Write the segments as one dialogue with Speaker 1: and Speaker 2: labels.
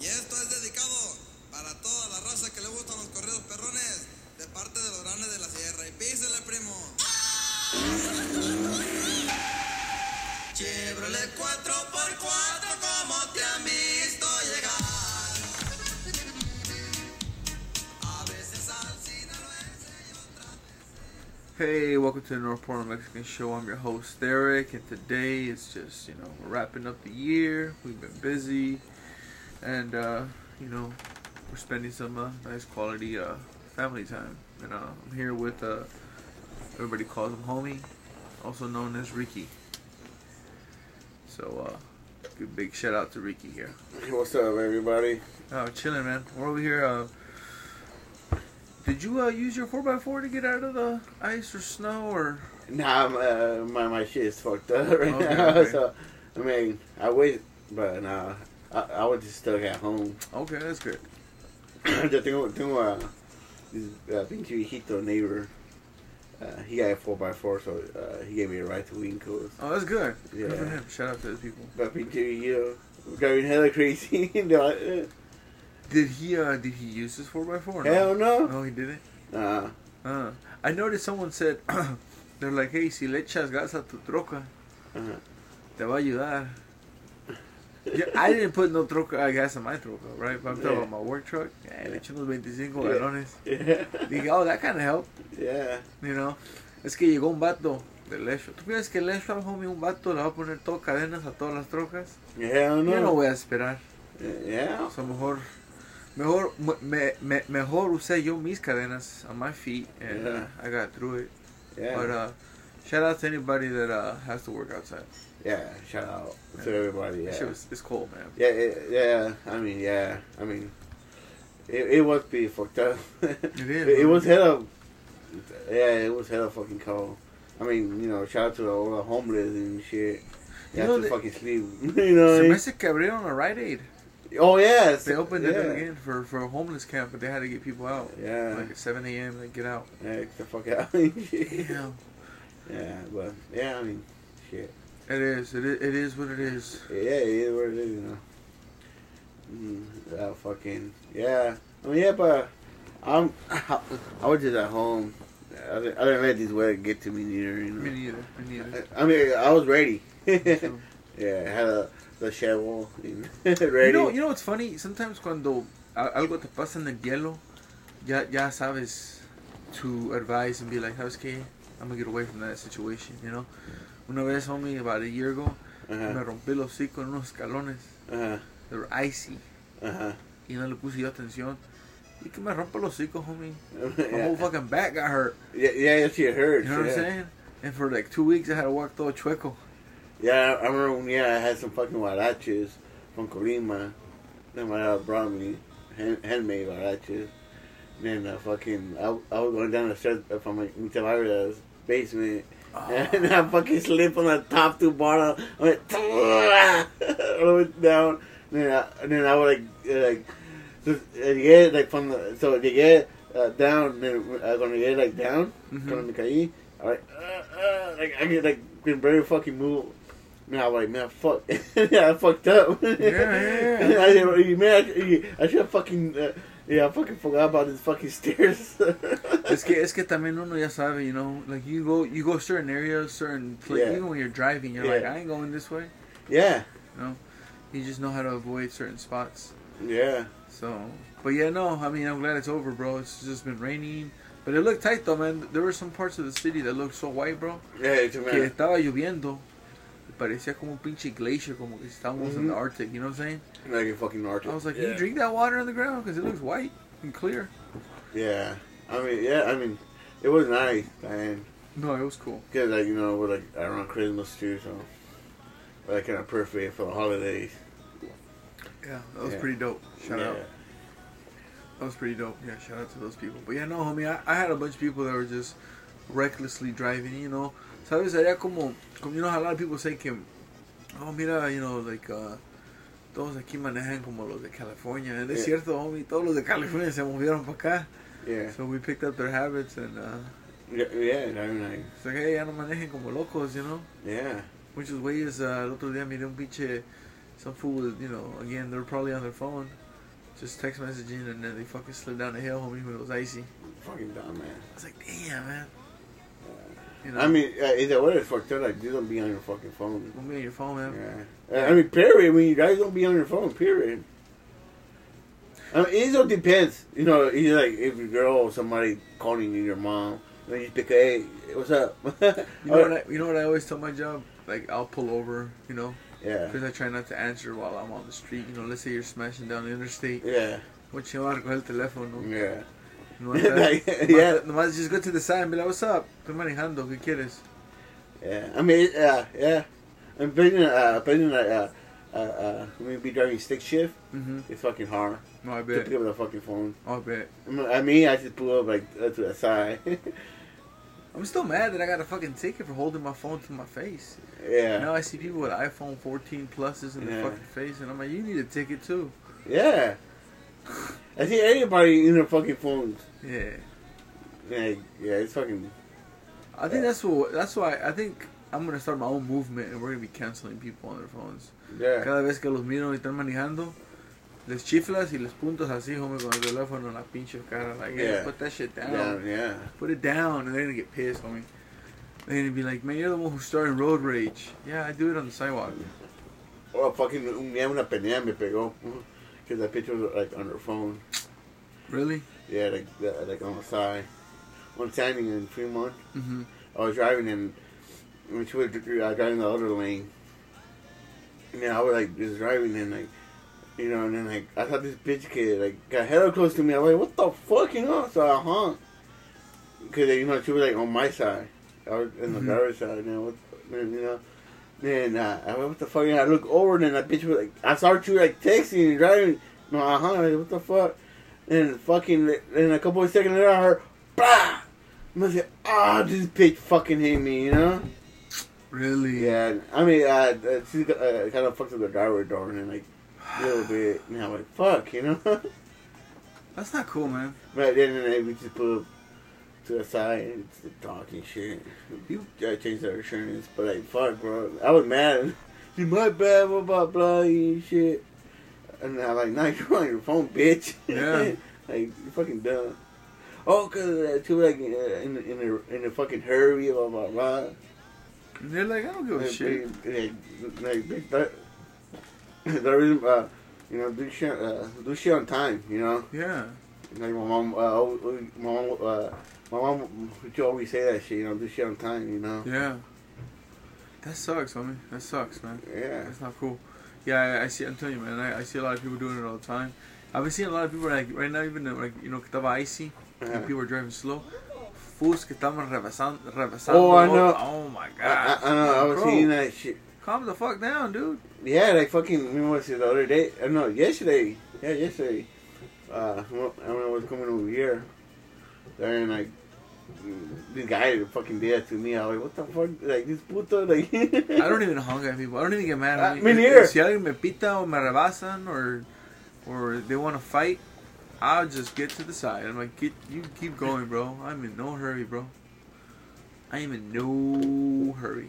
Speaker 1: Y esto es dedicado para toda la raza que le gustan los corridos perrones de parte de los grandes de la sierra. Y písele, primo. Chevrolet 4x4, ¿cómo te han visto llegar? A veces al sinaloense y otras
Speaker 2: Hey, welcome to the North Portland Mexican Show. I'm your host, Derek, and today it's just, you know, we're wrapping up the year. We've been busy, and, uh, you know, we're spending some uh, nice quality uh, family time. And uh, I'm here with, uh, everybody calls him Homie, also known as Ricky. So, uh, good big shout out to Ricky here.
Speaker 3: What's up, everybody?
Speaker 2: Oh, chilling, man. We're over here. Uh, did you uh, use your 4x4 to get out of the ice or snow or.
Speaker 3: Nah, I'm, uh, my my shit is fucked up right
Speaker 2: Okay,
Speaker 3: now.
Speaker 2: okay.
Speaker 3: So, I mean, I wait, but nah, I, I was just stuck at home.
Speaker 2: Okay, that's good.
Speaker 3: Yo tengo tengo a this uh, pinche viejito neighbor. Uh, he got a four x four, so uh, he gave me a ride to Winco's.
Speaker 2: Oh, that's good. Good for
Speaker 3: Yeah.
Speaker 2: him. Shout out to those people.
Speaker 3: But pinche viejito was going hella crazy. no, uh,
Speaker 2: Did he? uh Did he use his four x four?
Speaker 3: hell no.
Speaker 2: No, he didn't.
Speaker 3: Nah,
Speaker 2: Uh, I noticed someone said they're like, "Hey, si le echas gas a tu troca,
Speaker 3: Ajá.
Speaker 2: te va a ayudar." Yeah, I didn't put no troca uh, gas in my troca, right? But I'm talking
Speaker 3: Yeah.
Speaker 2: about my work truck. Yeah, le eché unos 25
Speaker 3: Yeah.
Speaker 2: galones.
Speaker 3: yeah,
Speaker 2: Dije, oh, that kind of helped,
Speaker 3: yeah.
Speaker 2: you know. Es que llegó un vato del Leshua. ¿Tú crees que el Leshua, homie, un vato le va a poner todo cadenas a todas las trocas?
Speaker 3: Hell no.
Speaker 2: Yo no voy a esperar.
Speaker 3: Yeah.
Speaker 2: O sea, mejor, mejor, me, me, mejor usé yo mis cadenas on my feet and uh,
Speaker 3: Yeah.
Speaker 2: I got through it.
Speaker 3: Yeah.
Speaker 2: But uh, shout out to anybody that uh, has to work outside.
Speaker 3: yeah. Shout out to everybody.
Speaker 2: That
Speaker 3: Yeah.
Speaker 2: shit was, it's cold, man.
Speaker 3: Yeah, it, yeah. I mean, yeah. I mean, it, it was pretty fucked up. it
Speaker 2: is,
Speaker 3: It,
Speaker 2: man.
Speaker 3: was hella. Yeah, it was hella fucking cold. I mean, you know, shout out to all the homeless and shit.
Speaker 2: You
Speaker 3: You
Speaker 2: know,
Speaker 3: have
Speaker 2: they-
Speaker 3: to fucking sleep. you
Speaker 2: Se
Speaker 3: know. what I
Speaker 2: me
Speaker 3: mean?
Speaker 2: hace que abrieron a Rite Aid.
Speaker 3: Oh yeah, it's-
Speaker 2: They opened
Speaker 3: yeah.
Speaker 2: it up again for, for a homeless camp, but they had to get people out.
Speaker 3: Yeah.
Speaker 2: Like at 7 a.m. they get out.
Speaker 3: Yeah, get the fuck out. yeah.
Speaker 2: Damn.
Speaker 3: yeah, but yeah, I mean, shit.
Speaker 2: It is. It is, it is what it is.
Speaker 3: Yeah, it is what it is, you know. Mm, that fucking yeah. I mean, yeah, but I'm I, was just at home. I didn't, I didn't let this weather get to me neither. You know?
Speaker 2: Me neither. Me neither.
Speaker 3: I mean, I was ready. yeah,
Speaker 2: So-
Speaker 3: I had a, the shovel and ready.
Speaker 2: You know, you know what's funny? Sometimes cuando a- algo te pasa en el hielo, ya, ya sabes to advise and be like, ¿sabes qué? I'm gonna get away from that situation, you know? Una vez, homie, about a year ago, me
Speaker 3: uh-huh,
Speaker 2: rompí el hocico en unos escalones.
Speaker 3: uh-huh,
Speaker 2: They were icy.
Speaker 3: uh-huh.
Speaker 2: Y no le puse yo atención. Y que me rompo el hocico, homie. My whole
Speaker 3: yeah.
Speaker 2: fucking back got hurt.
Speaker 3: uh-huh. yeah, yeah, that shit hurts.
Speaker 2: You know what
Speaker 3: yeah.
Speaker 2: I'm saying? And for like two weeks, I had to walk todo chueco.
Speaker 3: Yeah, I remember when yeah, I had some fucking huaraches from Colima. Then my dad brought me hand, handmade huaraches. Then uh, fucking, I, I was going down the stairs uh, from my Mitabarra's basement. And I fucking slipped on the top two bar. I went, I went down. Then I, then I would like, uh, like, so, uh, llegué, like from the, so llegué uh, down, then I was gonna get like down,
Speaker 2: Mhm.
Speaker 3: cuando me caí, I like, uh, uh, like, I could like, could barely fucking move. Man, I was like, man, fuck, yeah, I fucked up. yeah,
Speaker 2: yeah, yeah.
Speaker 3: I, didn't- man, I, I should have fucking, uh, yeah, I fucking forgot about these fucking stairs.
Speaker 2: Es que es que también uno ya sabe, you know, like you go you go certain areas, certain place,
Speaker 3: Yeah.
Speaker 2: even when you're driving, you're like
Speaker 3: Yeah.
Speaker 2: I ain't going this way.
Speaker 3: yeah,
Speaker 2: You just know how to avoid certain spots.
Speaker 3: yeah,
Speaker 2: So, but yeah, no, I mean I'm glad it's over, bro. It's just been raining, but it looked tight though, man. There were some parts of the city that looked so white, bro,
Speaker 3: yeah, it's a
Speaker 2: que
Speaker 3: man.
Speaker 2: estaba lloviendo. y Parecía como un pinche glacier, como que estábamos in the
Speaker 3: Mhm.
Speaker 2: Arctic, you know what I'm saying?
Speaker 3: Like a fucking Arctic.
Speaker 2: I was like,
Speaker 3: yeah.
Speaker 2: you drink that water on the ground because it looks white and clear.
Speaker 3: Yeah, I mean, yeah, I mean, it was nice, man.
Speaker 2: No, it was cool.
Speaker 3: Cause like you know we're like around Christmas too, so like kind of perfect for the holidays.
Speaker 2: Yeah, that was
Speaker 3: Yeah.
Speaker 2: pretty dope. Shout
Speaker 3: yeah.
Speaker 2: out. That was pretty dope. Yeah, shout out to those people. But yeah, no, homie, I, I had a bunch of people that were just recklessly driving, you know. Sabes, era como, como, you know, how a lot of people say que, oh, mira, you know, like, uh, todos aquí manejan como los de California. And es
Speaker 3: Yeah.
Speaker 2: cierto, homie, todos los de California se movieron para acá.
Speaker 3: Yeah,
Speaker 2: So we picked up their habits and, uh,
Speaker 3: yeah, yeah. I mean, like,
Speaker 2: it's like, hey, ya no manejen como locos, you know.
Speaker 3: yeah,
Speaker 2: Muchos güeyes, uh, el otro día miré un pinche, some fool, was, you know, again, they're probably on their phone. Just text messaging and then they fucking slid down the hill, homie, when it was icy.
Speaker 3: Fucking dumb, man.
Speaker 2: I was like, damn, man. You know,
Speaker 3: I mean, uh, either way, it's fucked up. Like, you don't be on your fucking phone.
Speaker 2: don't be on your phone, man.
Speaker 3: Yeah. I mean, period. I mean, you guys don't be on your phone, period. I mean, it all depends. You know, it's like if your girl or somebody calling you, your mom, and then you pick up, hey, what's up?
Speaker 2: You know what? I, you know what I always tell my job? Like, I'll pull over, you know,
Speaker 3: yeah.
Speaker 2: because I try not to answer while I'm on the street. You know, let's say you're smashing down the interstate.
Speaker 3: Yeah.
Speaker 2: Voy a llevar con el teléfono.
Speaker 3: Yeah.
Speaker 2: No vas a-
Speaker 3: Yeah.
Speaker 2: Nomás- Nomás just go to the side and be like, what's up? Estoy manejando, ¿qué quieres?
Speaker 3: Yeah. I mean, yeah, yeah. I'm putting, uh, putting, uh, uh, uh, maybe driving stick shift.
Speaker 2: Mm-hmm.
Speaker 3: It's fucking hard
Speaker 2: No, I
Speaker 3: to pick
Speaker 2: bet.
Speaker 3: up the fucking phone.
Speaker 2: I bet.
Speaker 3: I mean, I, mean, I just pull up like uh, to the side.
Speaker 2: I'm still mad that I got a fucking ticket for holding my phone to my face.
Speaker 3: yeah.
Speaker 2: Now I see people with iPhone 14 pluses in their
Speaker 3: Yeah.
Speaker 2: fucking face, and I'm like, you need a ticket too.
Speaker 3: Yeah. I see everybody in their fucking phones.
Speaker 2: Yeah.
Speaker 3: Yeah, yeah, it's fucking.
Speaker 2: I think that's what. That's why I think I'm gonna start my own movement, and we're gonna be canceling people on their phones.
Speaker 3: Yeah.
Speaker 2: Cada vez que los miro y están manejando, les chiflas y les puntos así, homie, con el teléfono en la pinche cara. Like, hey,
Speaker 3: Yeah.
Speaker 2: put that shit down.
Speaker 3: Yeah, yeah.
Speaker 2: Put it down, and they're gonna get pissed, homie. They're gonna be like, man, you're the one who's starting road rage. Yeah, I do it on the sidewalk.
Speaker 3: Or Oh, fucking un día una pelea me pegó. Because that picture was like on her phone.
Speaker 2: Really?
Speaker 3: Yeah, like the- like on the side. One standing in Fremont.
Speaker 2: Mm-hmm.
Speaker 3: I was driving and when she was uh, driving the other lane. And then I was like just driving and like, you know, and then like I saw this bitch kid like got hella close to me. I was like, what the fuck, you know? So I honked because you know she was like on my side, I was in the
Speaker 2: Mhm.
Speaker 3: driver's side. Now what, and, you know. Then uh, I went, what the fuck? And I look over and then that bitch was like, I saw you like texting and driving. No, I honked. Like, what the fuck? And fucking, and a couple of seconds later, I heard, bah! And I said, ah, this bitch fucking hit me, you know?
Speaker 2: Really?
Speaker 3: Yeah, I mean, uh, she uh, kind of fucked up the driver door and like a little bit. And I'm like, fuck, you know? but
Speaker 2: That's not cool, man.
Speaker 3: then uh, we just put up to the side and just talk and shit.
Speaker 2: You-
Speaker 3: I changed our insurance, but like, fuck, bro. I was mad. You my bad, blah, blah, blah, and shit. And I'm like, nah, you're on your phone, bitch.
Speaker 2: Yeah.
Speaker 3: like, you're fucking dumb. Oh, cause uh, too like uh, in in a, in a fucking hurry, blah blah blah.
Speaker 2: And they're like, I don't give a
Speaker 3: Like,
Speaker 2: Oh, shit.
Speaker 3: Like, like, bitch, that, that reason, uh, you know, do shit, uh, do shit on time, you know.
Speaker 2: Yeah.
Speaker 3: Like my mom, uh, always- always- my mom, uh, my mom, she always say that shit, you know, do shit on time, you know.
Speaker 2: Yeah. That sucks, homie. That sucks, man.
Speaker 3: Yeah.
Speaker 2: That's not cool. Yeah, I, I see. I'm telling you, man. I, I see a lot of people doing it all the time. I've been seeing a lot of people like right now, even uh, like you know, que estaba icy and
Speaker 3: Uh-huh.
Speaker 2: people are driving slow. Fools que estaban rebasan- rebasando.
Speaker 3: Oh, I know.
Speaker 2: Oh my
Speaker 3: I, I,
Speaker 2: god.
Speaker 3: I know, I was
Speaker 2: Bro,
Speaker 3: seeing that shit.
Speaker 2: Calm the fuck down, dude.
Speaker 3: Yeah, like fucking, remember was it the other day? Uh, no, yesterday. Yeah, yesterday. Uh, when when I was coming over here, and like, this guy fucking did that to me. I was like, what the fuck? Like, this puto, like.
Speaker 2: I don't even honk at people. I don't even get mad.
Speaker 3: Ah,
Speaker 2: at
Speaker 3: me neither.
Speaker 2: Si alguien me pita o me rebasan or or they want to fight, I'll just get to the side. I'm like, get you keep going, bro. I'm in no hurry, bro. I am in no hurry.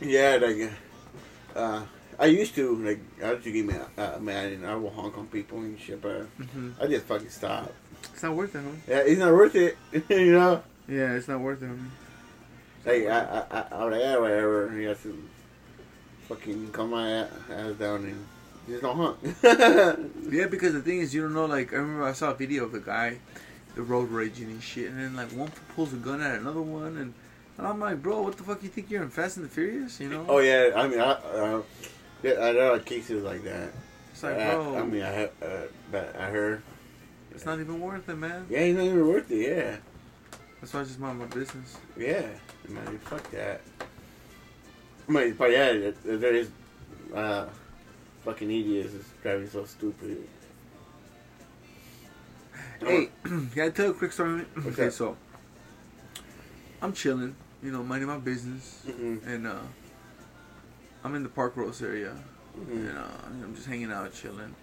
Speaker 3: Yeah, like, uh, I used to, like, I used to get mad, uh, mad and I will honk on people and shit, but
Speaker 2: hmm
Speaker 3: I just fucking stop.
Speaker 2: It's not worth it, homie.
Speaker 3: Yeah, it's not worth it, you know?
Speaker 2: Yeah, it's not worth it, homie.
Speaker 3: Like, I, I, I, I'm like, yeah, whatever, you have to fucking calm my ass down and just don't honk.
Speaker 2: Yeah, because the thing is, you don't know. Like, I remember I saw a video of a guy, the road raging and shit, and then like one pulls a gun at another one, and, and I'm like, bro, what the fuck you think you're in Fast and the Furious? You know?
Speaker 3: oh, yeah, I mean, I, uh, yeah, I know cases like that.
Speaker 2: It's like,
Speaker 3: I,
Speaker 2: bro,
Speaker 3: I mean, I, he- uh, but I heard.
Speaker 2: it's not even worth it, man.
Speaker 3: Yeah, it's not even worth it, yeah.
Speaker 2: That's why I just mind my business.
Speaker 3: Yeah, man, fuck that. I mean, but yeah, th- th- there is uh, fucking idiots that's driving so stupid.
Speaker 2: Hey, can I tell a quick story?
Speaker 3: What's
Speaker 2: okay,
Speaker 3: that?
Speaker 2: so I'm chilling, you know, minding my business,
Speaker 3: Mhm.
Speaker 2: and uh, I'm in the Park Rose area,
Speaker 3: Mhm.
Speaker 2: and uh, I'm just hanging out, chilling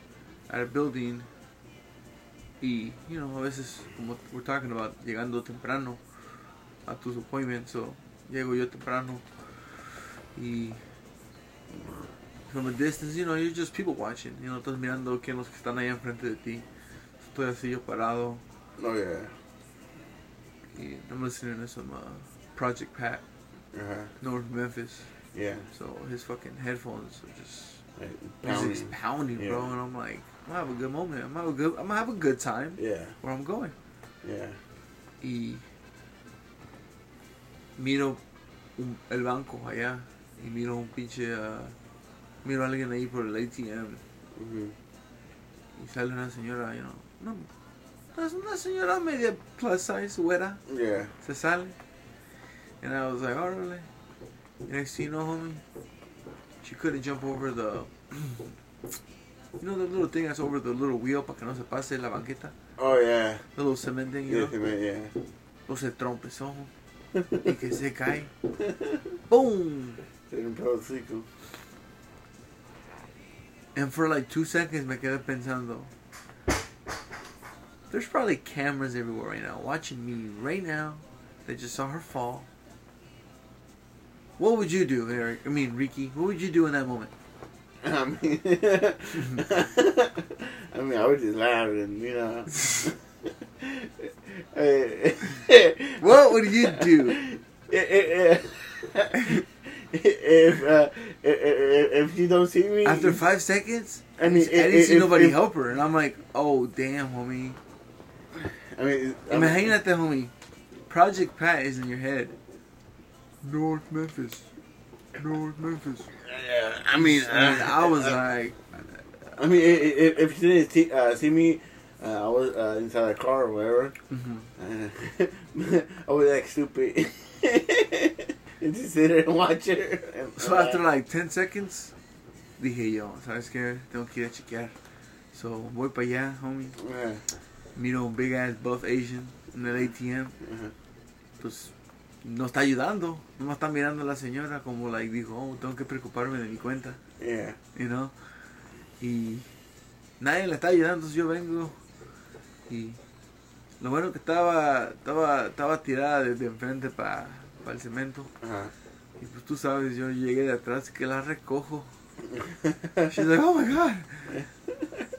Speaker 2: at a building. Y, you know, a veces, como we're talking about, llegando temprano a tus appointments, so llego yo temprano. Y from a distance, you know, you're just people watching. You know, estás mirando quién los que están ahí enfrente de ti. Estoy así yo parado.
Speaker 3: Oh, yeah.
Speaker 2: Y I'm listening to some uh, Project Pat,
Speaker 3: Uh-huh.
Speaker 2: North Memphis.
Speaker 3: Yeah.
Speaker 2: So his fucking headphones are just
Speaker 3: Like,
Speaker 2: music's
Speaker 3: pounding.
Speaker 2: pounding, bro.
Speaker 3: Yeah.
Speaker 2: And I'm like, I'm gonna have a good moment. I'm gonna have a good. I'm gonna have a good time
Speaker 3: Yeah,
Speaker 2: where I'm going.
Speaker 3: yeah.
Speaker 2: Y miro un- el banco allá y miro un pinche, uh, miro a alguien ahí por el ATM
Speaker 3: Mm-hmm.
Speaker 2: y sale una señora, you know, no, es una señora media plus size, güera.
Speaker 3: Yeah.
Speaker 2: se sale. And I was like, alright. Next thing you know, homie, she couldn't jump over the, you know, the little thing that's over the little wheel para que no se pase la banqueta,
Speaker 3: Oh, yeah.
Speaker 2: the little cement thing, you
Speaker 3: Yeah,
Speaker 2: know.
Speaker 3: yeah.
Speaker 2: No se trompezó y que se cae. Boom!
Speaker 3: Didn't pull the sequel.
Speaker 2: And for like two seconds me quedé pensando. There's probably cameras everywhere right now watching me right now. They just saw her fall. What would you do, Eric? I mean, Ricky. What would you do in that moment?
Speaker 3: I mean, I mean, I was just laughing, you know.
Speaker 2: What would you do?
Speaker 3: If if, uh, if, if you don't see me
Speaker 2: After five seconds,
Speaker 3: I mean,
Speaker 2: I didn't
Speaker 3: if-
Speaker 2: see
Speaker 3: if-
Speaker 2: nobody
Speaker 3: if-
Speaker 2: help her, and I'm like, oh damn, homie.
Speaker 3: I mean,
Speaker 2: I'm hanging at the homie. Project Pat is in your head. North Memphis. North Memphis.
Speaker 3: Yeah, I mean,
Speaker 2: I, mean, I was uh,
Speaker 3: I,
Speaker 2: like,
Speaker 3: I mean, if, if you didn't see, uh, see me, uh, I was uh, inside a car or whatever.
Speaker 2: mhm.
Speaker 3: Uh, I was like stupid. and just sit there and watch her. And,
Speaker 2: So after like 10 seconds, dije yo, ¿sabes qué? Tengo que ir a chequear. So voy para allá, homie.
Speaker 3: Yeah.
Speaker 2: Miro un big ass buff Asian en el ATM.
Speaker 3: Ajá.
Speaker 2: Pues no está ayudando. No me está mirando la señora como like dijo, oh, tengo que preocuparme de mi cuenta.
Speaker 3: Yeah.
Speaker 2: you know. Y nadie la está ayudando, entonces yo vengo y lo bueno que estaba estaba estaba tirada desde enfrente para el cemento
Speaker 3: Uh-huh.
Speaker 2: y pues tú sabes, yo llegué de atrás que la recojo. She's like, "Oh my god.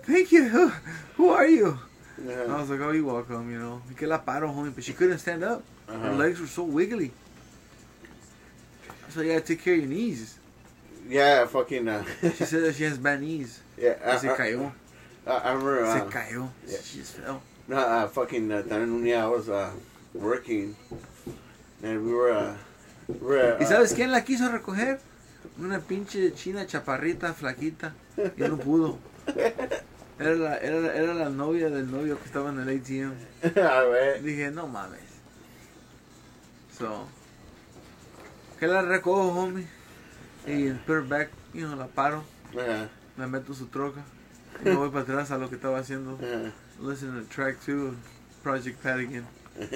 Speaker 2: Thank you. Who, who are you?" And I
Speaker 3: Uh,
Speaker 2: was like, "Oh, you're welcome, you know." Y que la paro, homie, but she couldn't stand up. Her
Speaker 3: Uh-huh.
Speaker 2: legs were so wiggly. So you gotta take care of your knees.
Speaker 3: Yeah, fucking. Uh,
Speaker 2: She said that she has bad knees.
Speaker 3: yeah, I,
Speaker 2: Se cayó.
Speaker 3: I, I remember.
Speaker 2: Se
Speaker 3: Uh,
Speaker 2: cayó.
Speaker 3: Yeah.
Speaker 2: She just fell.
Speaker 3: no, uh, fucking. Uh, también un día I was uh, working, and we were. Uh, we were
Speaker 2: ¿Y
Speaker 3: uh,
Speaker 2: sabes quién la quiso recoger? Una pinche china chaparrita, flaquita. Y no pudo. Era la, era, era la novia del novio que estaba en el ATM.
Speaker 3: all right.
Speaker 2: Dije, no mames. So, que la recojo, homie. Y put her back, you know, la paro.
Speaker 3: Uh,
Speaker 2: La meto en su troca. Y me voy para atrás a lo que estaba haciendo.
Speaker 3: uh,
Speaker 2: Listen to track 2 of Project Pat again.
Speaker 3: uh,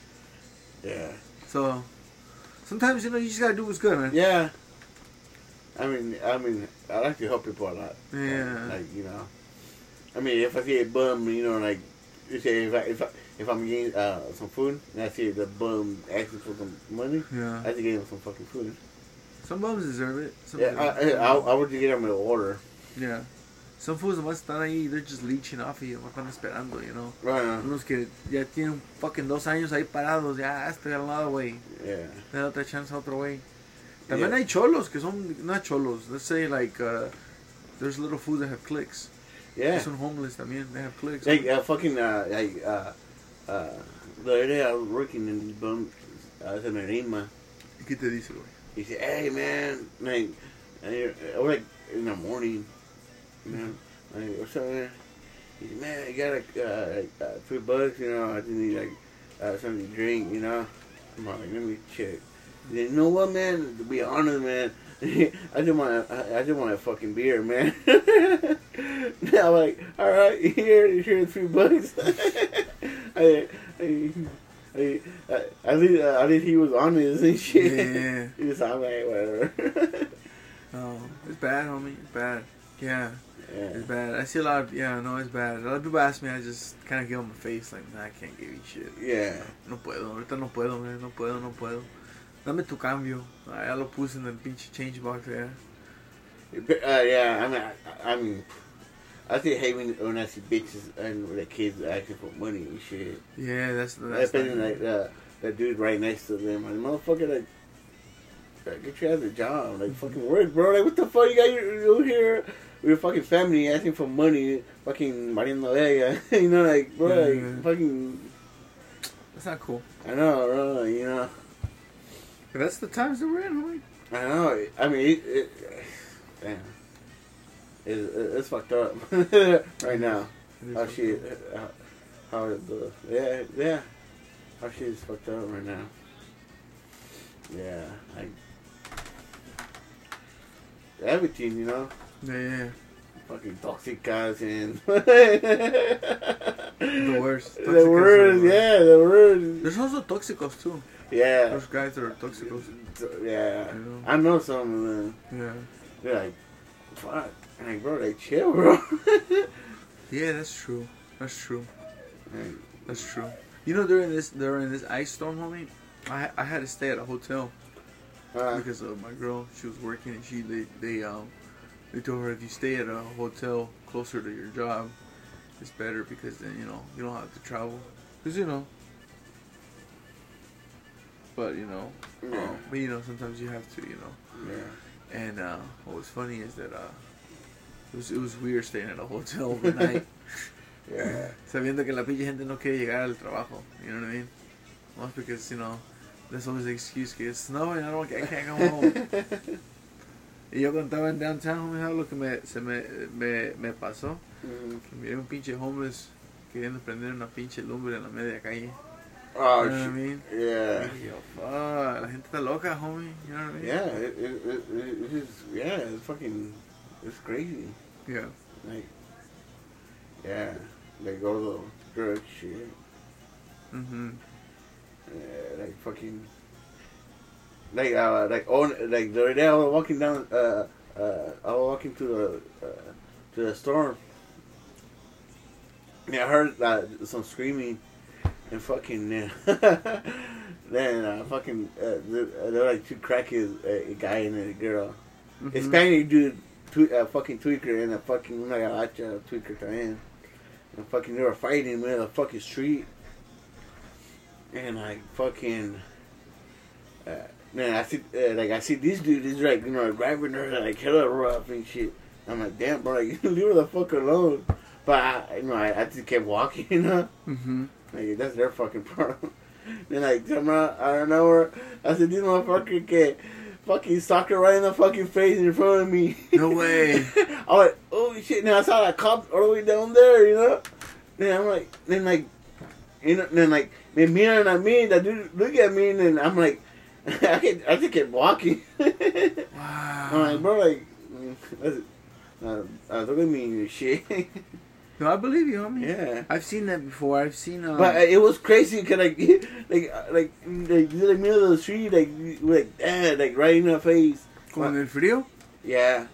Speaker 3: yeah.
Speaker 2: So, sometimes, you know, you just gotta do what's good, man.
Speaker 3: Yeah. I mean, I mean, I like to help people a lot.
Speaker 2: Yeah.
Speaker 3: Like you know, I mean, if I see a bum, you know, like you say, if I if I, if I'm getting uh, some food and I see the bum asking for some money,
Speaker 2: Yeah.
Speaker 3: I have to give him some fucking food.
Speaker 2: Some bums deserve it. Some
Speaker 3: Yeah, I, I, I, I would get him an order.
Speaker 2: yeah. Some fools nomás están ahí, they're just leeching off of you, nomás están esperando, you know.
Speaker 3: Right. on.
Speaker 2: Unos que ya tienen fucking dos años ahí parados, ya, ah, hazte al lado, güey.
Speaker 3: Yeah.
Speaker 2: Dale otra chance a otro güey. También
Speaker 3: Yeah.
Speaker 2: hay cholos que son, no cholos, let's say like, uh, there's little fools that have clicks.
Speaker 3: Yeah.
Speaker 2: Son homeless también, they have clicks.
Speaker 3: Like uh, fucking uh, like uh, uh, the other day I was working in this bum, I was in Arima.
Speaker 2: ¿Y ¿Qué te dice, güey?
Speaker 3: He said, "Hey man, like, I I was like in the morning, you know, like what's up, man?" He said, "Man, I got like, uh, like uh, three bucks, you know. I just need like uh, something to drink, you know." I'm like, "Let me check." He said, "You know what, man? To be honest, man." I just want I, I just want a fucking beer, man. now, like, all right, here, here's three bucks. I, I, I, I, at least, uh, at least he was honest and shit.
Speaker 2: Yeah.
Speaker 3: He's like, "Alright, whatever.
Speaker 2: No, it's bad, homie, it's bad. Yeah,
Speaker 3: yeah.
Speaker 2: it's bad. I see a lot of, yeah, no, it's bad. A lot of people ask me, I just kind of give them a face, like, nah, I can't give you shit.
Speaker 3: Yeah.
Speaker 2: No puedo, ahorita no puedo, man, no puedo, no puedo. Dame tu cambio. Ah, ya lo puse en el pinche change box, ya.
Speaker 3: Uh, yeah, I mean, I, I mean, I still hate when, when I see bitches and the kids asking for money and shit.
Speaker 2: Yeah, that's that's.
Speaker 3: Especially
Speaker 2: not-
Speaker 3: like the the dude right next to them, like motherfucker, like, like get your ass a job, like fucking work, bro. Like what the fuck, you got your you here with your fucking family asking for money, fucking mariendo verga, you know, like bro, like
Speaker 2: Yeah.
Speaker 3: fucking,
Speaker 2: That's not cool.
Speaker 3: I know, bro, like, you know.
Speaker 2: That's the times that we're in, homie.
Speaker 3: I know. I mean, it, it, damn. It, it, it's fucked up right now. How she, how, how the, yeah, yeah. How she's fucked up right now. Yeah, I. Everything, you know,
Speaker 2: Yeah, yeah.
Speaker 3: fucking toxic guys and the
Speaker 2: worst. Toxicas are
Speaker 3: the
Speaker 2: the
Speaker 3: worst,
Speaker 2: worst.
Speaker 3: yeah, the worst,
Speaker 2: There's also toxicos too.
Speaker 3: yeah,
Speaker 2: There's guys that are toxicos.
Speaker 3: yeah.
Speaker 2: Yeah.
Speaker 3: I know some of them.
Speaker 2: Yeah.
Speaker 3: They're like, fuck. I'm like, bro, they chill, bro.
Speaker 2: Yeah, that's true. That's true.
Speaker 3: Like,
Speaker 2: That's true. You know, during this during this ice storm, homie, I I had to stay at a hotel
Speaker 3: uh,
Speaker 2: because of my girl. She was working, and she they they um they told her if you stay at a hotel closer to your job, it's better because then you know you don't have to travel. Cause you know. But you know,
Speaker 3: yeah,
Speaker 2: um, but you know sometimes you have to you know.
Speaker 3: yeah.
Speaker 2: And uh, what was funny is that uh, it was it was weird staying at a hotel overnight,
Speaker 3: yeah.
Speaker 2: sabiendo que la pinche gente no quiere llegar al trabajo. You know what I mean? Well, because you know, there's always the excuse que it's snowing, I don't, I can't go home. y yo contaba en downtown, mira lo que me se me, me me pasó.
Speaker 3: Mm.
Speaker 2: Que miré un pinche homeless queriendo prender una pinche lumbre en la media calle.
Speaker 3: Oh,
Speaker 2: you know what I
Speaker 3: shit.
Speaker 2: mean?
Speaker 3: Yeah.
Speaker 2: Y yo, fuck, la gente está loca, homie. You know what I mean?
Speaker 3: Ah. Yeah, it, it, it, it is, yeah, it's fucking, it's crazy.
Speaker 2: Yeah.
Speaker 3: Like, yeah, like all the drug shit,
Speaker 2: Mhm.
Speaker 3: yeah, like fucking, like, uh, like, on, like, the other day I was walking down, uh, uh, I was walking to the, uh, to the storm. And I heard uh, some screaming and fucking. Uh, then uh, fucking. Uh, they're, they're like two crackheads, uh, a guy and a girl.
Speaker 2: Mhm.
Speaker 3: Hispanic dude, twe- a fucking tweaker and a fucking una gabacha tweaker también. And fucking they were fighting in the middle of the fucking street. And I fucking. Uh, man, I see, uh, like, I see this dude is like, you know, grabbing her, like, hella rough and shit. I'm like, damn, bro, like, leave her the fuck alone. But, I, you know, I, I just kept walking, you know?
Speaker 2: Mhm.
Speaker 3: Like, that's their fucking problem. Then like come out out of nowhere, I said this motherfucker get fucking soccer right in the fucking face in front of me.
Speaker 2: No way.
Speaker 3: I was like, oh shit! Now I saw that cop all the way down there, you know. Then I'm like, then like, you know, then like, then me and I mean that dude look at me, and then I'm like, I can I just kept walking.
Speaker 2: Wow.
Speaker 3: I'm like, bro, like, mm, that's- uh, uh, look at me and shit.
Speaker 2: No, I believe you, homie.
Speaker 3: yeah.
Speaker 2: I've seen that before. I've seen. Um,
Speaker 3: But uh, it was crazy because like, like, uh, like, like, you're in the middle of the street, like, you- like, eh, like right in the face.
Speaker 2: con el frío.
Speaker 3: Yeah.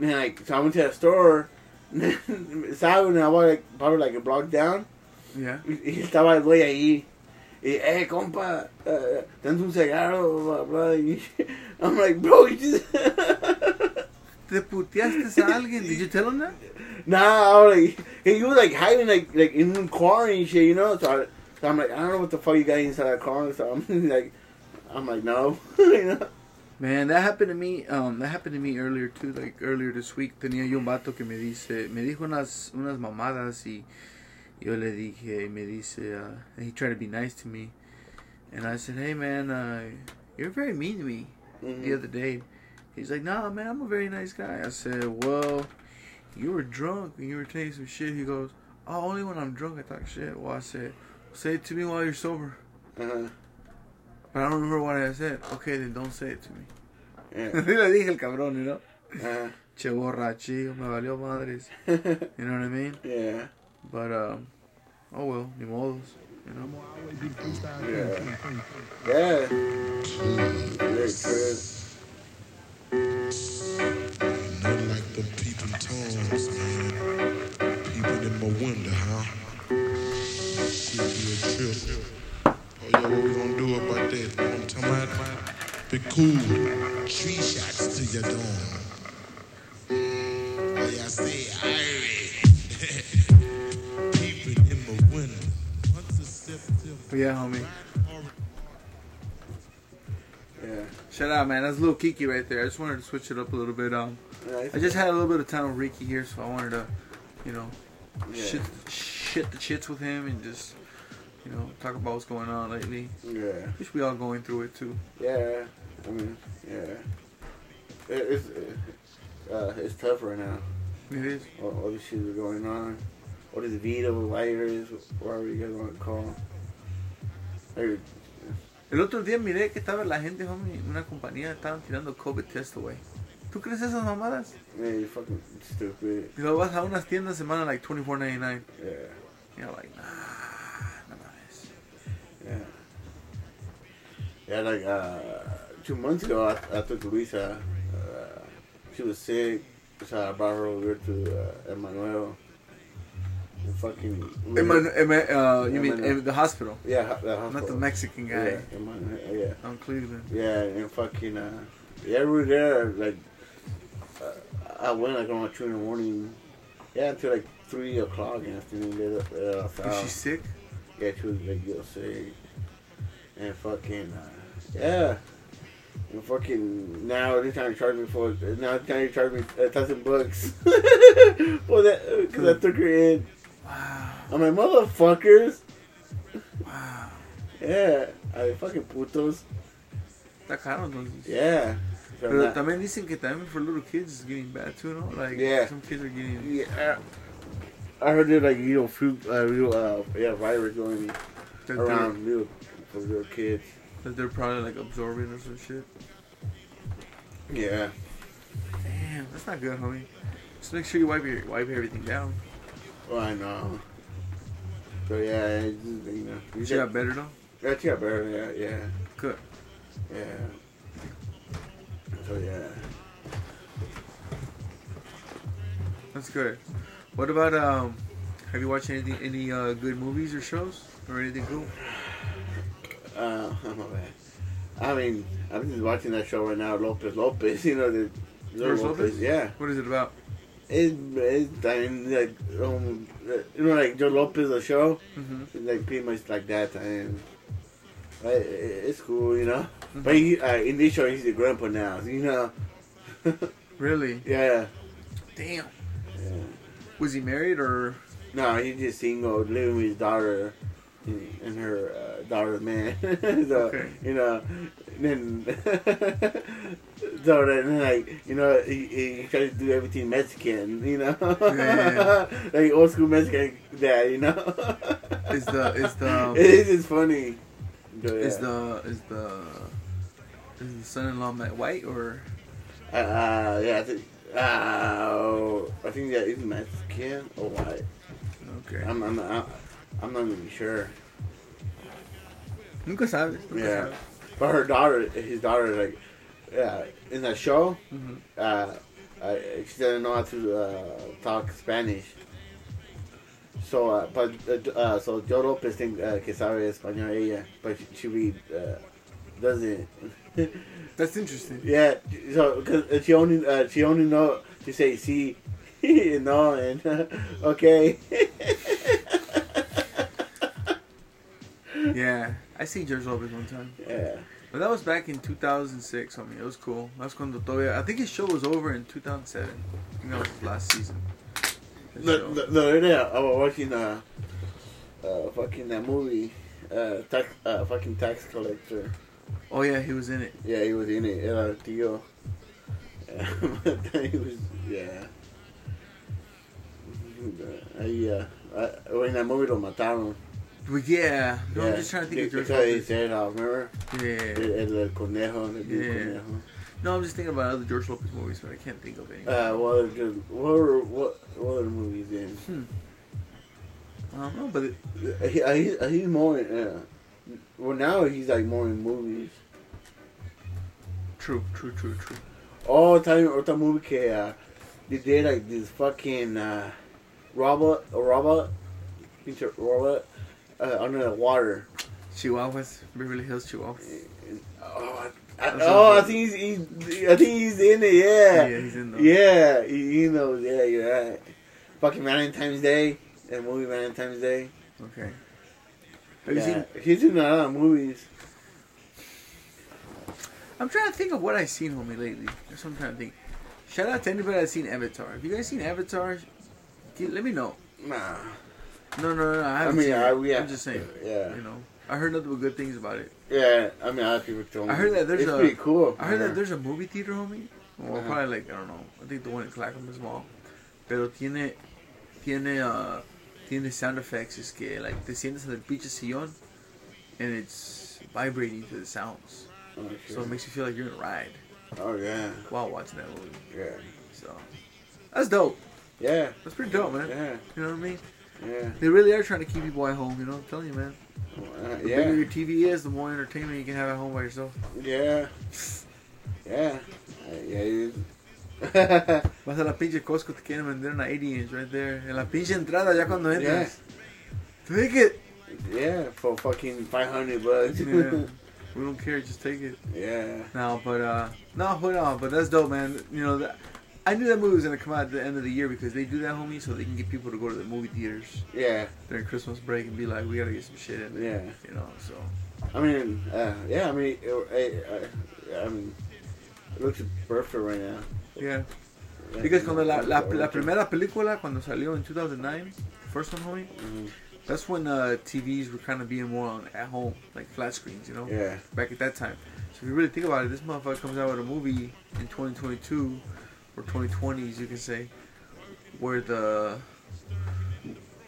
Speaker 3: And like, so I went to the store. Sabe, and I was like, probably like a block down.
Speaker 2: Yeah.
Speaker 3: Y y estaba el güey ahí. Y, eh, compa, uh, tanto un cigarro, blah, blah. Y I'm like, bro, you just.
Speaker 2: Te puteaste a alguien. Did you tell him that?
Speaker 3: Nah, I was like, and you were like hiding like like in the car and shit, you know. So, I, so I'm like, I don't know what the fuck you got inside that car. So I'm like, I'm like, no, you know.
Speaker 2: Man, that happened to me. Um, that happened to me earlier too. Like earlier this week, tenía yo un vato que me dice, me dijo unas unas mamadas y yo le dije, y me dice, uh, and he tried to be nice to me, and I said, hey man, uh, you're very mean to me.
Speaker 3: Mm-hmm.
Speaker 2: the other day. He's like, nah, man, I'm a very nice guy. I said, well, you were drunk and you were taking some shit. He goes, oh, only when I'm drunk I talk shit. Well, I said, say it to me while you're sober.
Speaker 3: Uh-huh.
Speaker 2: But I don't remember what I said. Okay, then don't say it to me.
Speaker 3: Yeah.
Speaker 2: Le dije el cabrón, you know?
Speaker 3: Uh-huh.
Speaker 2: Che borrachillo, me valió madres. You know what I mean?
Speaker 3: yeah.
Speaker 2: But, um, oh well, ni modos. You know?
Speaker 3: Yeah. Yeah. Very true.
Speaker 4: Nothing like them peeping toms, man. Peeping in my window, huh? Shit be a trip. Oh, yo, what we gonna do about that? What I'm talking about? Be cool. Tree shots to your dome. oh,
Speaker 2: yeah, homie.
Speaker 3: Yeah.
Speaker 2: Shout out, man. That's Lil Kiki right there. I just wanted to switch it up a little bit. Um,
Speaker 3: Nice.
Speaker 2: I just had a little bit of time with Ricky here, so I wanted to, you know,
Speaker 3: yeah.
Speaker 2: shit, shit the chits with him and just, you know, talk about what's going on lately.
Speaker 3: Yeah.
Speaker 2: Wish we all going through it too.
Speaker 3: Yeah, I mean, yeah. It, it's uh, it's tough right now.
Speaker 2: It is.
Speaker 3: All, all the shit that's going on. All this veto virus, whatever you guys want to call. it.
Speaker 2: El otro día miré que estaba la gente, homie, una compañía estaban tirando COVID test away. ¿Tú crees esas mamadas?
Speaker 3: Like, man, you're fucking stupid.
Speaker 2: Y lo vas a unas tiendas semana like 24.99.
Speaker 3: Yeah,
Speaker 2: You're like, nah, no mames.
Speaker 3: yeah. Yeah, like uh, two months ago, I, I took Luisa. Uh, she was sick, so I brought her over to uh, Emmanuel. And fucking.
Speaker 2: Eman- Eman- uh, you mean
Speaker 3: Emmanuel.
Speaker 2: em- the hospital,
Speaker 3: Yeah, the
Speaker 2: not the
Speaker 3: hospital.
Speaker 2: Mexican guy
Speaker 3: Yeah, Emmanuel, yeah.
Speaker 2: on Cleveland.
Speaker 3: Yeah, and fucking, uh, yeah, we were there, like, uh, I went, like, around 2 in the morning, yeah, until, like, 3 o'clock in the afternoon, they let us
Speaker 2: Is
Speaker 3: out.
Speaker 2: she sick?
Speaker 3: Yeah, she was, like, real sick, and fucking, uh, yeah, and fucking, now they're trying to charge me for, now they're trying to charge me a thousand bucks, well, that, because I took her in,
Speaker 2: Wow,
Speaker 3: I'm like, motherfuckers,
Speaker 2: wow.
Speaker 3: yeah, I fucking putos,
Speaker 2: Está caro entonces.
Speaker 3: yeah. So
Speaker 2: Pero
Speaker 3: now-
Speaker 2: también dicen que también for little kids it's getting bad too, no? Like
Speaker 3: Yeah.
Speaker 2: some kids are getting
Speaker 3: Yeah, I heard that like you know food, uh, real uh, yeah, virus going
Speaker 2: that they're,
Speaker 3: around real for real kids.
Speaker 2: that they're probably like absorbing or some shit.
Speaker 3: Yeah,
Speaker 2: Damn, that's not good, homie. Just make sure you wipe your, wipe everything down.
Speaker 3: well I know. So yeah, it just, you know, you
Speaker 2: She got better though.
Speaker 3: Yeah, she got better. Yeah, yeah,
Speaker 2: Good.
Speaker 3: yeah. So yeah,
Speaker 2: That's good. What about um? Have you watched anything, any uh, good movies or shows or anything cool?
Speaker 3: uh, my bad. I mean, I'm just watching that show right now, Lopez Lopez. You know the.
Speaker 2: Lopez Lopez?
Speaker 3: yeah.
Speaker 2: What is it about?
Speaker 3: It, it, I mean, like, um, you know, like Joe Lopez, the show.
Speaker 2: Mm-hmm.
Speaker 3: like pretty much like that, and I, it's cool, you know. But
Speaker 2: Mm-hmm.
Speaker 3: he, uh, in this show, he's the grandpa now, you know.
Speaker 2: Really?
Speaker 3: yeah,
Speaker 2: Damn.
Speaker 3: yeah.
Speaker 2: Was he married or?
Speaker 3: No, he's just single, living with his daughter and and her uh, daughter man. so
Speaker 2: Okay.
Speaker 3: you know, then so then like you know he, he tries to do everything Mexican, you know,
Speaker 2: yeah,
Speaker 3: like old school Mexican dad, you know.
Speaker 2: Is the- is the- um,
Speaker 3: it is just funny. But,
Speaker 2: Is
Speaker 3: yeah.
Speaker 2: the is the is the son-in-law Matt White or?
Speaker 3: Uh, yeah, I think. Uh, I think that is Mexican or what?
Speaker 2: Okay.
Speaker 3: I'm, I'm, I'm, I'm not even sure.
Speaker 2: Nunca sabes. Nunca
Speaker 3: Yeah,
Speaker 2: Sabes.
Speaker 3: but her daughter, his daughter, like, yeah, in the show,
Speaker 2: Mhm.
Speaker 3: uh, uh, she didn't know how to uh, talk Spanish. So, uh, but uh, uh, so Joe Lopez think uh, que sabe español ella, but she read uh, doesn't.
Speaker 2: That's interesting.
Speaker 3: Yeah, so because she only uh, she only know to say see, you know, and uh, okay.
Speaker 2: Yeah, I seen George Lopez one time,
Speaker 3: yeah,
Speaker 2: but that was back in 2006. I mean, it was cool. That's cuando todavía. I think his show was over in 2007. I think that was his last season. His
Speaker 3: the,
Speaker 2: show.
Speaker 3: the, the other day I was watching uh, uh fucking that movie, uh, tax, uh fucking tax collector.
Speaker 2: oh yeah, he was in it.
Speaker 3: Yeah, he was in it. El tío. he was yeah. I, uh, I, when that movie lo mataron.
Speaker 2: But yeah, no,
Speaker 3: yeah.
Speaker 2: I'm just trying to think of George
Speaker 3: Because he
Speaker 2: Lopez.
Speaker 3: said, uh, remember?
Speaker 2: Yeah.
Speaker 3: El, el conejo, el
Speaker 2: Yeah.
Speaker 3: conejo.
Speaker 2: No, I'm just thinking about other George Lopez movies, but I can't think of any.
Speaker 3: Uh, what other good, what were, what what other movies in?
Speaker 2: I don't know, but it,
Speaker 3: He, uh, he, uh, he's more in. Uh, well, now he's like more in movies.
Speaker 2: true, true, true, true.
Speaker 3: All time, all time movie que uh, they did like this fucking uh, robot, a robot, picture robot uh, under the water.
Speaker 2: Chihuahuas, Beverly Hills Chihuahuas.
Speaker 3: Oh, I, I, oh, I think he's, he's, I think he's in it. Yeah,
Speaker 2: Yeah, he's in those.
Speaker 3: Yeah, he, he knows. Yeah, you're right. Fucking Valentine's Day, that movie Valentine's Day.
Speaker 2: Okay. Have you
Speaker 3: Yeah,
Speaker 2: seen?
Speaker 3: he's in a lot of movies.
Speaker 2: I'm trying to think of what I've seen, homie, lately. That's what I'm trying to think. Shout out to anybody that's seen Avatar. Have you guys seen Avatar? Get- Let me know.
Speaker 3: Nah.
Speaker 2: No, no, no. I,
Speaker 3: I
Speaker 2: haven't
Speaker 3: mean,
Speaker 2: seen
Speaker 3: I,
Speaker 2: it.
Speaker 3: yeah.
Speaker 2: I'm just saying.
Speaker 3: Yeah.
Speaker 2: You know, I heard nothing but good things about it.
Speaker 3: Yeah, I mean, a lot of people told me.
Speaker 2: I heard that there's
Speaker 3: it's
Speaker 2: a-
Speaker 3: pretty cool.
Speaker 2: I heard
Speaker 3: Yeah.
Speaker 2: that there's a movie theater, homie. Well,
Speaker 3: Uh-huh.
Speaker 2: probably like I don't know. I think the one in Clackamas Mall. Pero tiene, tiene, uh, tiene sound effects. Es que like te sientes en el pinche sillón, and it's vibrating to the sounds.
Speaker 3: Oh,
Speaker 2: So it
Speaker 3: shit.
Speaker 2: makes you feel like you're in a ride
Speaker 3: oh yeah,
Speaker 2: while watching that movie.
Speaker 3: yeah,
Speaker 2: So that's dope.
Speaker 3: yeah,
Speaker 2: That's pretty dope, man.
Speaker 3: yeah,
Speaker 2: You know what I mean?
Speaker 3: yeah.
Speaker 2: They really are trying to keep people at home. You know, I'm telling you, man.
Speaker 3: Uh,
Speaker 2: The bigger
Speaker 3: yeah,
Speaker 2: your TV is, the more entertainment you can have at home by yourself.
Speaker 3: yeah, yeah, Uh, yeah. you- yeah.
Speaker 2: Vas a la pinche Costco, te quieren vender una 80 inch right there. En la pinche entrada, ya cuando entras. Take it.
Speaker 3: yeah, for fucking five hundred bucks.
Speaker 2: Yeah. We don't care, just take it.
Speaker 3: yeah,
Speaker 2: No, but, uh, no, but, uh, but that's dope, man. You know, that, I knew that movie was going to come out at the end of the year because they do that, homie, so they can get people to go to the movie theaters
Speaker 3: yeah,
Speaker 2: during Christmas break and be like, we got to get some shit in.
Speaker 3: yeah.
Speaker 2: You know, so.
Speaker 3: I mean, uh, yeah. I mean, it, it, I, I mean, it looks perfect right now.
Speaker 2: Yeah.
Speaker 3: Like,
Speaker 2: Because cuando la, la, la
Speaker 3: everything.
Speaker 2: primera película, cuando salió in 2009, first one, homie,
Speaker 3: Mhm.
Speaker 2: that's when uh, TVs were kind of being more on at home, like flat screens, you know?
Speaker 3: Yeah,
Speaker 2: back at that time. So if you really think about it, this motherfucker comes out with a movie in 2022 or 2020s, you can say, where the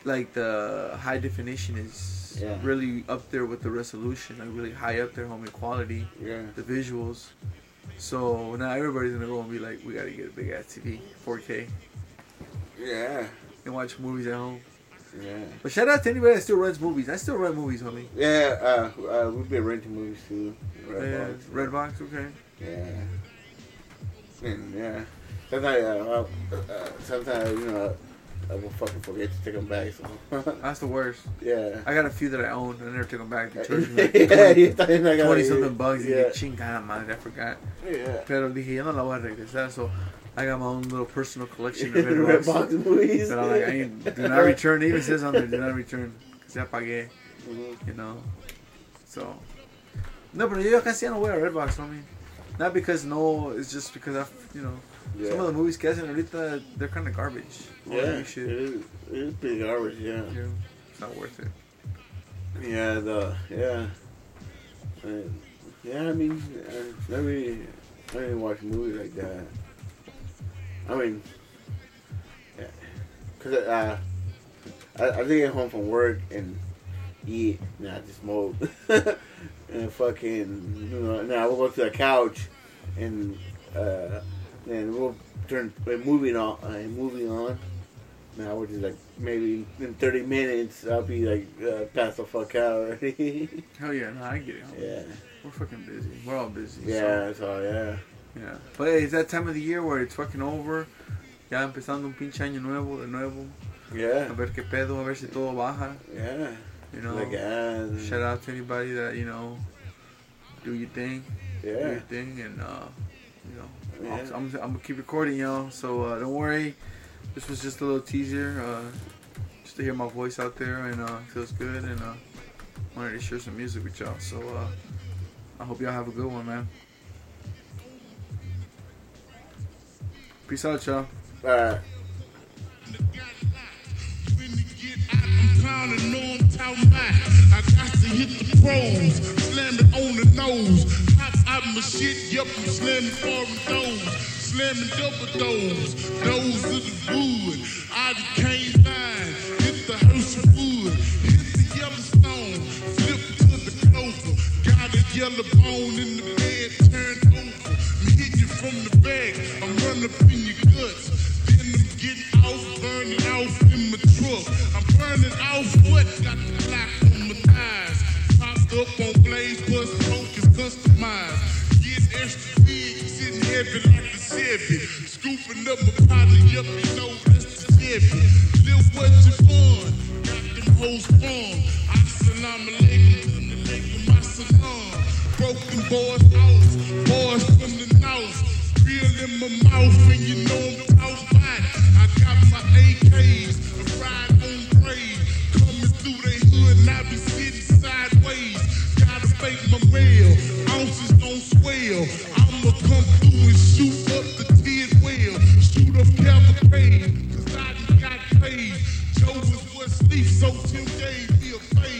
Speaker 2: like the high definition is
Speaker 3: Yeah.
Speaker 2: really up there with the resolution, like really high up there, homie quality,
Speaker 3: yeah,
Speaker 2: the visuals. So now everybody's gonna go and be like, we gotta get a big ass TV, 4K,
Speaker 3: yeah,
Speaker 2: and watch movies at home.
Speaker 3: yeah.
Speaker 2: But shout out to anybody that still runs movies. I still run movies, homie.
Speaker 3: Yeah, uh, uh, we've been renting movies too.
Speaker 2: yeah,
Speaker 3: Redbox.
Speaker 2: Redbox, okay.
Speaker 3: Yeah. And yeah. Sometimes, uh, uh, uh, sometimes you know, I will fucking forget to take them back. So
Speaker 2: That's the worst.
Speaker 3: yeah.
Speaker 2: I got a few that I own. I never took them back. They charged me like
Speaker 3: yeah,
Speaker 2: 20,
Speaker 3: you thought you're not gonna
Speaker 2: 20
Speaker 3: eat
Speaker 2: something
Speaker 3: it.
Speaker 2: bucks. Yeah.
Speaker 3: Yeah,
Speaker 2: Chingada madre, I forgot.
Speaker 3: yeah.
Speaker 2: Pero dije, ya no la voy a regresar. So I got my own little personal collection of
Speaker 3: Red box
Speaker 2: Redbox.
Speaker 3: movies.
Speaker 2: That I like, I ain't, do not return. It even says on there, do not return. Cause ya pagué,
Speaker 3: Mhm.
Speaker 2: you know. So. No, pero yo casi ya no voy a Redbox, homie. Not because no, it's just because I, you know,
Speaker 3: Yeah.
Speaker 2: some of the movies que hacen ahorita, they're kind of garbage.
Speaker 3: yeah,
Speaker 2: Holy
Speaker 3: it
Speaker 2: shit.
Speaker 3: is, it is pretty garbage. Yeah,
Speaker 2: You know, it's not worth it.
Speaker 3: yeah, the yeah, Uh, yeah. I mean, uh, I, I really, I didn't watch movies like that. I mean, yeah. cause uh, I I did get home from work and eat, and I just smoke, and fucking, you know, now we'll go to the couch, and uh, then we'll turn a movie on, a movie on. Now we're just like maybe in thirty minutes, I'll be like uh, passed the fuck out already.
Speaker 2: Hell yeah, no, I get it. homie.
Speaker 3: yeah,
Speaker 2: We're fucking busy. We're all busy. so-
Speaker 3: yeah, so yeah.
Speaker 2: Yeah. But hey, it's that time of the year where it's fucking over. Ya empezando un pinche año nuevo, de nuevo. A
Speaker 3: Yeah,
Speaker 2: ver qué pedo, a ver si todo baja.
Speaker 3: yeah.
Speaker 2: You know,
Speaker 3: Like, uh,
Speaker 2: shout out to anybody that, you know, do your thing. Do
Speaker 3: Yeah,
Speaker 2: your thing. And, uh, you know,
Speaker 3: Yeah.
Speaker 2: I'm, I'm, going to keep recording, y'all. So uh, don't worry. This was just a little teaser. Uh, just to hear my voice out there. And uh, it feels good. And uh, wanted to share some music with y'all. So uh, I hope y'all have a good one, man. Peace out, y'all.
Speaker 3: uh,
Speaker 4: When to get out from town and know I'm town back. I got to hit the pros, slam it on the nose. Pop out my shit, yep, I'm slamming foreign doors. Slamming double doors, those of the wood. I just came by, hit the Herschel wood, hit the Yellowstone, flip to the clover. Got a yellow bone in the bed, turned over. I'm hitting you from the back, I'm running up in your guts. Then I'm getting off, burning off in my truck. I'm burning off what got the clock on my thighs. Popped up on blaze, but smoke is customized. Get extra big, sitting heavy like a Chevy. Scooping up my poly, up you know that's the Chevy. Live what you want, got them hoes sprung. Assalamu alaikum, alaikum assalam. Broken boys out, boys from the north. Real in my mouth and you know I'm out bad. I got my AKs, a ride on grade. Coming through they hood and I be sitting side rail. Ounces don't swell. I'ma come through and shoot up the tin well. Shoot up cavalcade, cause I done got paid. Joe was what sleep, so Tim gave me a fade.